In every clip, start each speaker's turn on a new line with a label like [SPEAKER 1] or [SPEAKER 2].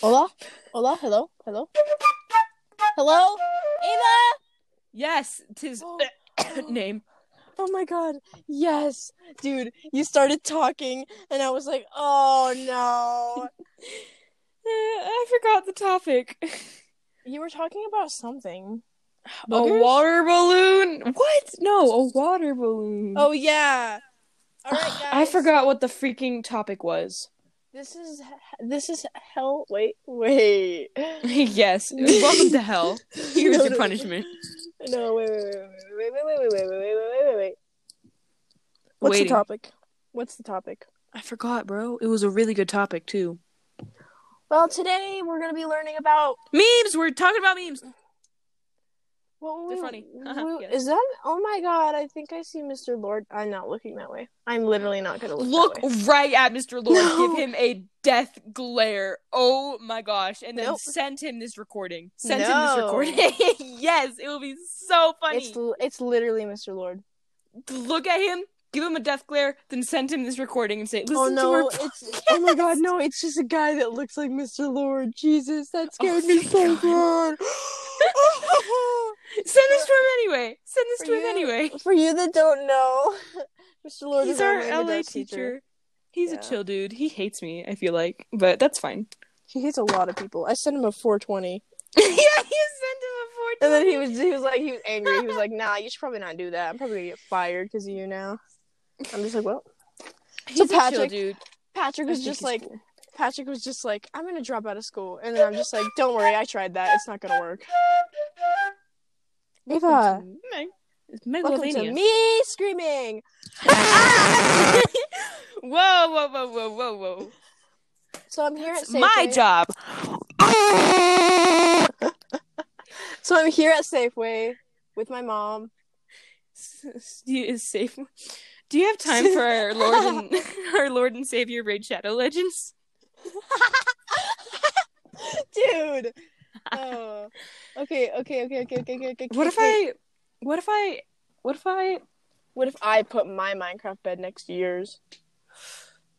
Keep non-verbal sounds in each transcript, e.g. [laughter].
[SPEAKER 1] Hola? Hola? Hello? Hello? Hello? Ava?
[SPEAKER 2] Yes, tis [coughs] name.
[SPEAKER 1] Oh my god. Yes. Dude, you started talking and I was like, oh no.
[SPEAKER 2] Eh, I forgot the topic.
[SPEAKER 1] you were talking about something.
[SPEAKER 2] A
[SPEAKER 1] Boogers?
[SPEAKER 2] water balloon? What? No, a water balloon.
[SPEAKER 1] Oh yeah. All right, guys.
[SPEAKER 2] [sighs] I forgot what the freaking topic was. [laughs]
[SPEAKER 1] This is this is hell. Wait, wait.
[SPEAKER 2] yes. [laughs] Welcome to [laughs] hell. Here's
[SPEAKER 1] No,
[SPEAKER 2] your
[SPEAKER 1] no,
[SPEAKER 2] punishment.
[SPEAKER 1] No, wait, wait, wait, wait, wait, wait, wait, wait, wait, wait, wait, wait, wait, wait. What's
[SPEAKER 2] Waiting.
[SPEAKER 1] the topic? What's the topic?
[SPEAKER 2] I forgot, bro. It was a really good topic too.
[SPEAKER 1] Well, today we're gonna be learning about
[SPEAKER 2] Memes. We're talking about memes.
[SPEAKER 1] what were
[SPEAKER 2] They're
[SPEAKER 1] we-
[SPEAKER 2] funny. [laughs]
[SPEAKER 1] we-
[SPEAKER 2] Yeah.
[SPEAKER 1] Is that? Oh my god! I think I see Mr. Lord. I'm not looking that way. I'm literally not gonna look.
[SPEAKER 2] Look
[SPEAKER 1] That way.
[SPEAKER 2] right at Mr. Lord.
[SPEAKER 1] No.
[SPEAKER 2] Give him a death glare. Oh my gosh. And then
[SPEAKER 1] Nope.
[SPEAKER 2] send him this recording. Send him this
[SPEAKER 1] No.
[SPEAKER 2] recording. [laughs] yes, it will be so funny.
[SPEAKER 1] It's l- it's literally Mr. Lord.
[SPEAKER 2] Look at him, give him a death glare, then send him this recording and say, listen
[SPEAKER 1] oh
[SPEAKER 2] to our
[SPEAKER 1] no! It's oh my god! No, it's just a guy that looks like Mr. Lord. Jesus, that scared me
[SPEAKER 2] thank
[SPEAKER 1] so
[SPEAKER 2] Oh God.
[SPEAKER 1] good.
[SPEAKER 2] [laughs] Send this to him anyway. Send this
[SPEAKER 1] For
[SPEAKER 2] to him
[SPEAKER 1] you,
[SPEAKER 2] anyway.
[SPEAKER 1] [laughs] For you that don't know, [laughs] Mr. Lord
[SPEAKER 2] He's
[SPEAKER 1] is
[SPEAKER 2] our
[SPEAKER 1] language
[SPEAKER 2] LA
[SPEAKER 1] arts
[SPEAKER 2] teacher. He's
[SPEAKER 1] Yeah.
[SPEAKER 2] a chill dude. He hates me, I feel like, but that's
[SPEAKER 1] [laughs]
[SPEAKER 2] fine. [laughs]
[SPEAKER 1] He hates a lot of people. I sent him a 420,
[SPEAKER 2] yeah, you sent him a 14.
[SPEAKER 1] and then he was he was like he was angry.
[SPEAKER 2] [laughs]
[SPEAKER 1] He was like, "Nah, you should probably not do that. I'm probably gonna get fired because of you now." I'm just like, well,
[SPEAKER 2] He's a
[SPEAKER 1] Patrick-
[SPEAKER 2] chill dude.
[SPEAKER 1] Patrick
[SPEAKER 2] I
[SPEAKER 1] was
[SPEAKER 2] think
[SPEAKER 1] just
[SPEAKER 2] he's
[SPEAKER 1] like
[SPEAKER 2] cool.
[SPEAKER 1] Patrick was just like, "I'm gonna drop out of school," and then I'm just like, "Don't worry, I tried that. It's not gonna work." Ava,
[SPEAKER 2] Welcome to me. It's
[SPEAKER 1] welcome to
[SPEAKER 2] megalomania.
[SPEAKER 1] me screaming.
[SPEAKER 2] whoa, whoa, whoa, whoa, whoa, whoa.
[SPEAKER 1] So I'm here at
[SPEAKER 2] It's
[SPEAKER 1] Safeway.
[SPEAKER 2] my job. [laughs]
[SPEAKER 1] So I'm here at Safeway with my mom.
[SPEAKER 2] Is safe. Do you have time for [laughs] our Lord and our Lord and Savior Raid Shadow Legends?
[SPEAKER 1] dude. Oh. Okay, okay, okay, okay, okay, okay, okay.
[SPEAKER 2] What if
[SPEAKER 1] okay.
[SPEAKER 2] I? What if I? What if I
[SPEAKER 1] What if I put my Minecraft bed next to yours?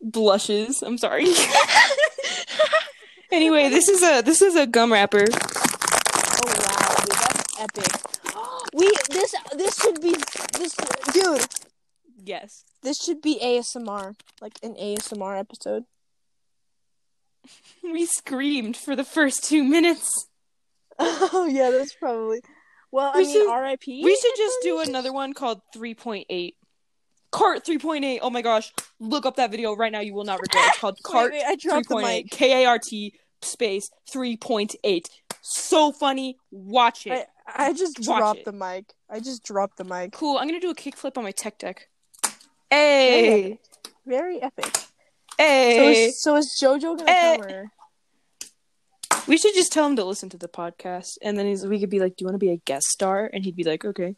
[SPEAKER 2] blushes? I'm [laughs] sorry. anyway, this is a this is a gum wrapper.
[SPEAKER 1] Oh wow, dude, that's epic. [gasps] we this this should be this dude.
[SPEAKER 2] Yes.
[SPEAKER 1] This should be ASMR, like an ASMR
[SPEAKER 2] [laughs]
[SPEAKER 1] episode.
[SPEAKER 2] We screamed for the first two minutes.
[SPEAKER 1] oh yeah, that's probably. Well,
[SPEAKER 2] We
[SPEAKER 1] I mean,
[SPEAKER 2] should-
[SPEAKER 1] R.I.P.
[SPEAKER 2] We should
[SPEAKER 1] [laughs]
[SPEAKER 2] just do another one called 3.8. Cart 3.8. Oh my gosh. Look up that video right now. You will not regret it. It's
[SPEAKER 1] [laughs]
[SPEAKER 2] called
[SPEAKER 1] Wait,
[SPEAKER 2] Cart
[SPEAKER 1] wait, I dropped the
[SPEAKER 2] 3.8.
[SPEAKER 1] mic.
[SPEAKER 2] K A R T space 3.8. So funny. Watch it.
[SPEAKER 1] I, I just
[SPEAKER 2] Watch
[SPEAKER 1] dropped
[SPEAKER 2] it.
[SPEAKER 1] the mic. I just dropped the mic.
[SPEAKER 2] Cool. I'm going to do a kickflip on my tech deck. Hey.
[SPEAKER 1] Very epic. So,
[SPEAKER 2] Hey.
[SPEAKER 1] is, so is JoJo gonna
[SPEAKER 2] Hey.
[SPEAKER 1] come or?
[SPEAKER 2] we should just tell him to listen to the podcast. And then he's, we could be like, do you want to be a guest star? And he'd be like, okay.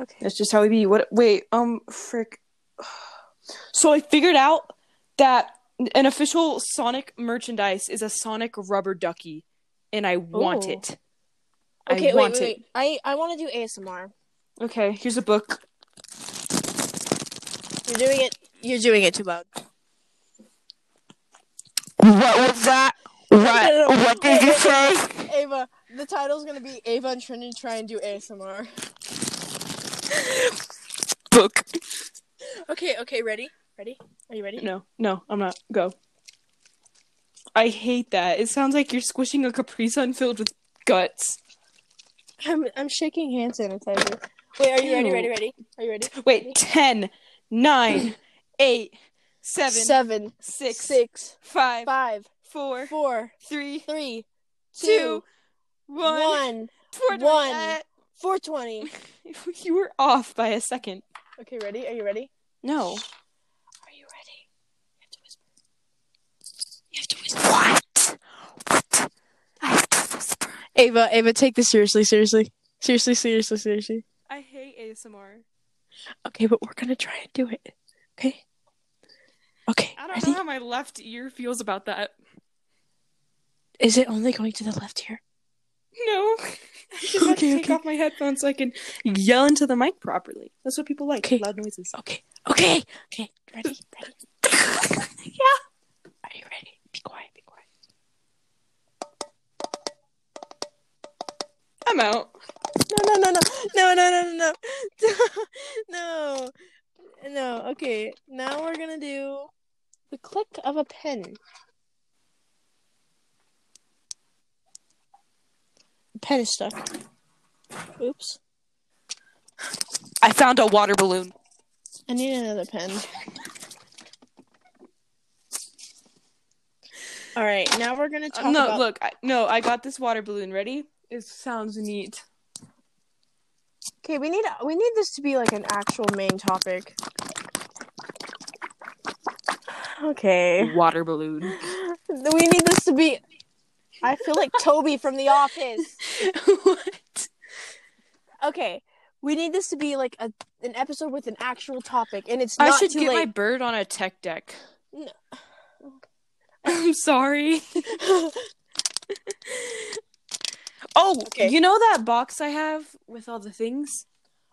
[SPEAKER 1] Okay.
[SPEAKER 2] That's just how we be. What? Wait. Um. Frick. So I figured out that an official Sonic merchandise is a Sonic rubber ducky, and I want
[SPEAKER 1] Ooh.
[SPEAKER 2] it.
[SPEAKER 1] Okay, wait,
[SPEAKER 2] I want
[SPEAKER 1] wait,
[SPEAKER 2] it.
[SPEAKER 1] wait. I I want to do ASMR.
[SPEAKER 2] Okay. Here's a book.
[SPEAKER 1] You're doing it. You're doing it too loud.
[SPEAKER 2] What was that?
[SPEAKER 1] What- what did you
[SPEAKER 2] say?
[SPEAKER 1] Ava, the title's gonna be Ava and Trinity try and do ASMR.
[SPEAKER 2] Book.
[SPEAKER 1] Okay, okay, ready? Ready? Are you ready?
[SPEAKER 2] No. No. I'm not. Go. I hate that. It sounds like you're squishing a Capri Sun filled with guts.
[SPEAKER 1] I'm I'm shaking hand sanitizer. Wait, are you ready?
[SPEAKER 2] Ew.
[SPEAKER 1] Ready? Ready? Are you ready?
[SPEAKER 2] Wait. Ten, nine, eight, seven,
[SPEAKER 1] Seven,
[SPEAKER 2] six,
[SPEAKER 1] six,
[SPEAKER 2] five,
[SPEAKER 1] five,
[SPEAKER 2] four,
[SPEAKER 1] four,
[SPEAKER 2] three,
[SPEAKER 1] three,
[SPEAKER 2] two,
[SPEAKER 1] two,
[SPEAKER 2] one.
[SPEAKER 1] one.
[SPEAKER 2] Poor
[SPEAKER 1] one.
[SPEAKER 2] Dad.
[SPEAKER 1] [laughs] 420.
[SPEAKER 2] [laughs] You were off by a second.
[SPEAKER 1] Okay, ready? Are you ready?
[SPEAKER 2] No.
[SPEAKER 1] Are you ready? You have to whisper.
[SPEAKER 2] You have to whisper. What? What? I have to whisper.
[SPEAKER 1] Ava, Ava, take this seriously, seriously. Seriously, seriously, seriously.
[SPEAKER 2] I hate ASMR.
[SPEAKER 1] Okay, but we're gonna try and do it. Okay? Okay.
[SPEAKER 2] I don't
[SPEAKER 1] ready?
[SPEAKER 2] know how my left ear feels about that.
[SPEAKER 1] Is it only going to the left here?
[SPEAKER 2] No. [laughs] I just have to
[SPEAKER 1] Okay,
[SPEAKER 2] take
[SPEAKER 1] okay.
[SPEAKER 2] off my headphones so I can yell into the mic properly. That's what people like.
[SPEAKER 1] Okay.
[SPEAKER 2] Loud noises.
[SPEAKER 1] Okay. Okay. [laughs] Okay. Ready? Ready?
[SPEAKER 2] yeah.
[SPEAKER 1] Are you ready? Be quiet. Be quiet.
[SPEAKER 2] I'm out.
[SPEAKER 1] No, no, no, no, no, no, no, no, [laughs] no, no, no. Okay, now we're gonna do the click of a pen. The pen is stuck. Oops.
[SPEAKER 2] I found a water balloon.
[SPEAKER 1] I need another pen. All right, now we're gonna
[SPEAKER 2] Uh,
[SPEAKER 1] talk
[SPEAKER 2] no,
[SPEAKER 1] about.
[SPEAKER 2] look, I, no, I got this water balloon ready. It sounds neat.
[SPEAKER 1] Okay, we need we need this to be like an actual main topic. Okay.
[SPEAKER 2] Water balloon.
[SPEAKER 1] We need this to be. I feel like Toby from The Office.
[SPEAKER 2] [laughs] what?
[SPEAKER 1] Okay, we need this to be like a an episode with an actual topic, and it's not
[SPEAKER 2] I should
[SPEAKER 1] too
[SPEAKER 2] get my
[SPEAKER 1] late.
[SPEAKER 2] bird on a tech deck.
[SPEAKER 1] No.
[SPEAKER 2] [laughs]
[SPEAKER 1] [laughs]
[SPEAKER 2] I'm sorry. Oh,
[SPEAKER 1] Okay.
[SPEAKER 2] you know that box I have with all the things?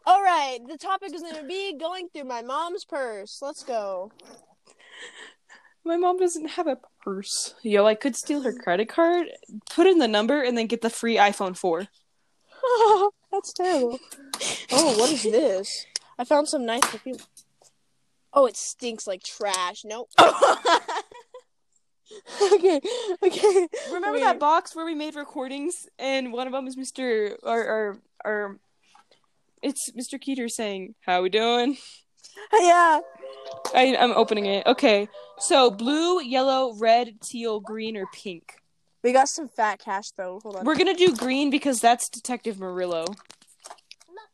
[SPEAKER 1] All right, the topic is gonna be going through my mom's purse. Let's
[SPEAKER 2] [laughs]
[SPEAKER 1] go.
[SPEAKER 2] My mom doesn't have a purse. Yo, I could steal her credit card, put in the number, and then get the free iPhone 4.
[SPEAKER 1] That's terrible. Oh, what is this? I found some nice perfume. Oh, it stinks like trash.
[SPEAKER 2] [laughs]
[SPEAKER 1] Nope. [laughs] okay, okay. [laughs]
[SPEAKER 2] Remember
[SPEAKER 1] Okay.
[SPEAKER 2] that box where we made recordings and one of them is Mr. or or or it's Mr. Keeter saying, "How we doing?"
[SPEAKER 1] Yeah.
[SPEAKER 2] I, I'm opening it. Okay, so blue, yellow, red, teal, green, or pink.
[SPEAKER 1] We got some fat cash though. Hold on.
[SPEAKER 2] We're gonna do green because that's Detective Murillo.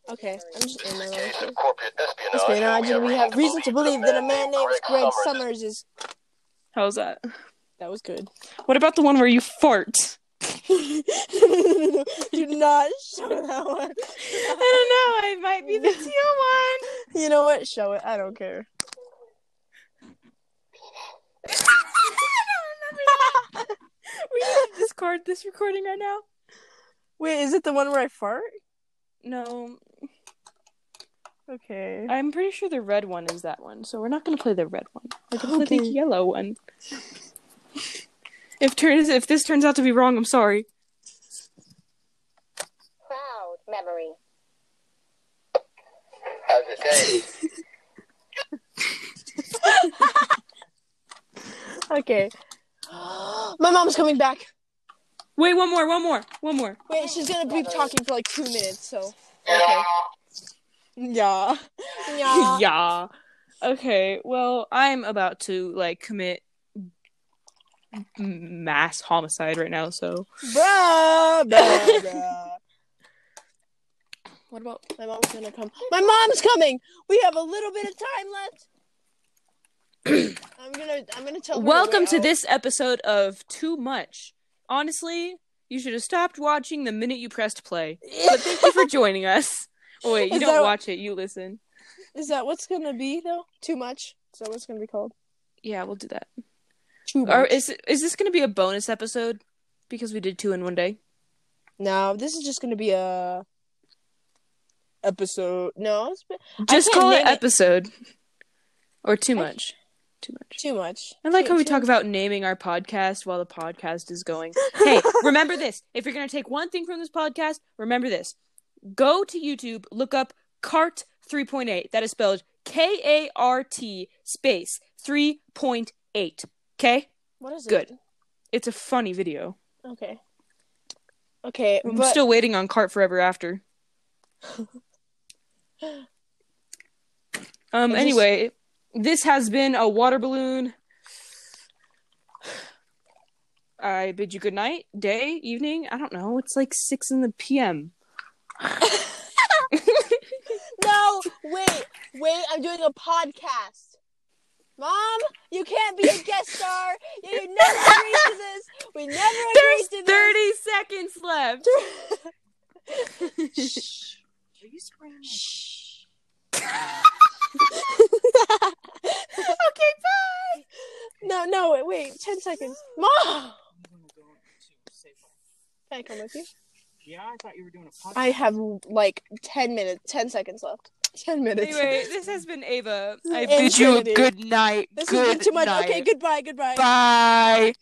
[SPEAKER 1] okay, I'm just in my life.
[SPEAKER 3] Cases of corporate espionage.
[SPEAKER 1] Espionage, and we have reason to believe that a man named Greg
[SPEAKER 3] Summers
[SPEAKER 1] Summers is.
[SPEAKER 2] How's that?
[SPEAKER 1] [laughs] That was good.
[SPEAKER 2] What about the one where you fart?
[SPEAKER 1] [laughs] Do not show that one. [laughs]
[SPEAKER 2] I don't know. It might be the teal one.
[SPEAKER 1] You know what? Show it. I don't care.
[SPEAKER 2] [laughs] We need to discard this recording right now.
[SPEAKER 1] Wait, is it the one where I fart?
[SPEAKER 2] No,
[SPEAKER 1] Okay.
[SPEAKER 2] I'm pretty sure the red one is that one. So we're not gonna play the red one. We're gonna play the
[SPEAKER 1] Okay.
[SPEAKER 2] yellow one. if turns if this turns out to be wrong, I'm sorry.
[SPEAKER 4] Proud memory.
[SPEAKER 3] How's it taste?
[SPEAKER 1] [laughs] Okay. [gasps] My mom's coming back.
[SPEAKER 2] Wait, one more, one more, one more.
[SPEAKER 1] Wait, she's gonna be talking for like two minutes, so.
[SPEAKER 3] Yeah.
[SPEAKER 1] Yeah. [laughs] Yeah.
[SPEAKER 2] yeah. [laughs] Okay, well, I'm about to like commit m- mass homicide right now, so
[SPEAKER 1] Bruh,
[SPEAKER 2] [laughs]
[SPEAKER 1] bruh, bruh.
[SPEAKER 2] what about
[SPEAKER 1] My mom's gonna come. My mom's coming. We have a little bit of time left. I'm gonna. I'm gonna tell. her
[SPEAKER 2] Welcome
[SPEAKER 1] wait
[SPEAKER 2] to
[SPEAKER 1] out.
[SPEAKER 2] this episode of Too Much. Honestly, you should have stopped watching the minute you pressed play. But thank
[SPEAKER 1] [laughs]
[SPEAKER 2] you for joining us. Oh, wait, you
[SPEAKER 1] Is
[SPEAKER 2] don't
[SPEAKER 1] that-
[SPEAKER 2] watch it, you listen.
[SPEAKER 1] Is that what's gonna be though? Too much. Is that what's gonna be called?
[SPEAKER 2] Yeah, we'll do that.
[SPEAKER 1] Too
[SPEAKER 2] Or is is this going to be a bonus episode because we did two in one day?
[SPEAKER 1] no, this is just gonna be a episode. No, it's been
[SPEAKER 2] Just
[SPEAKER 1] can't
[SPEAKER 2] call it
[SPEAKER 1] name it.
[SPEAKER 2] episode or Too
[SPEAKER 1] I-
[SPEAKER 2] Much. Too much.
[SPEAKER 1] too much.
[SPEAKER 2] I like
[SPEAKER 1] Too-
[SPEAKER 2] how we
[SPEAKER 1] too-
[SPEAKER 2] talk about naming our podcast while the podcast is going. Hey, remember this. If you're going to take one thing from this podcast, remember this. Go to YouTube, look up CART 3.8. That is spelled K A R T space 3.8. Okay?
[SPEAKER 1] What is it?
[SPEAKER 2] Good. It's a funny video.
[SPEAKER 1] Okay. Okay,
[SPEAKER 2] I'm
[SPEAKER 1] but
[SPEAKER 2] still waiting on CART Forever [sighs] After. um,
[SPEAKER 1] just-
[SPEAKER 2] anyway, this has been a water balloon. I bid you good night, day, evening. I don't know. It's like 6 in the p.m.
[SPEAKER 1] [laughs] no. Wait, wait. I'm doing a podcast. Mom, you can't be a guest star. You never agreed to this. We never
[SPEAKER 2] There's
[SPEAKER 1] agreed to this. [laughs]
[SPEAKER 2] 30 seconds left.
[SPEAKER 1] okay, bye. No, no, wait, wait, ten seconds.
[SPEAKER 5] Oh
[SPEAKER 1] Mom, can I come with you?
[SPEAKER 5] Yeah, I thought you were doing a podcast.
[SPEAKER 1] I have like ten minutes, ten seconds left. [laughs] Ten minutes.
[SPEAKER 2] Anyway, this has been Ava. I
[SPEAKER 1] Infinity.
[SPEAKER 2] night.
[SPEAKER 1] this has been too much. Okay, goodbye, goodbye.
[SPEAKER 2] Bye.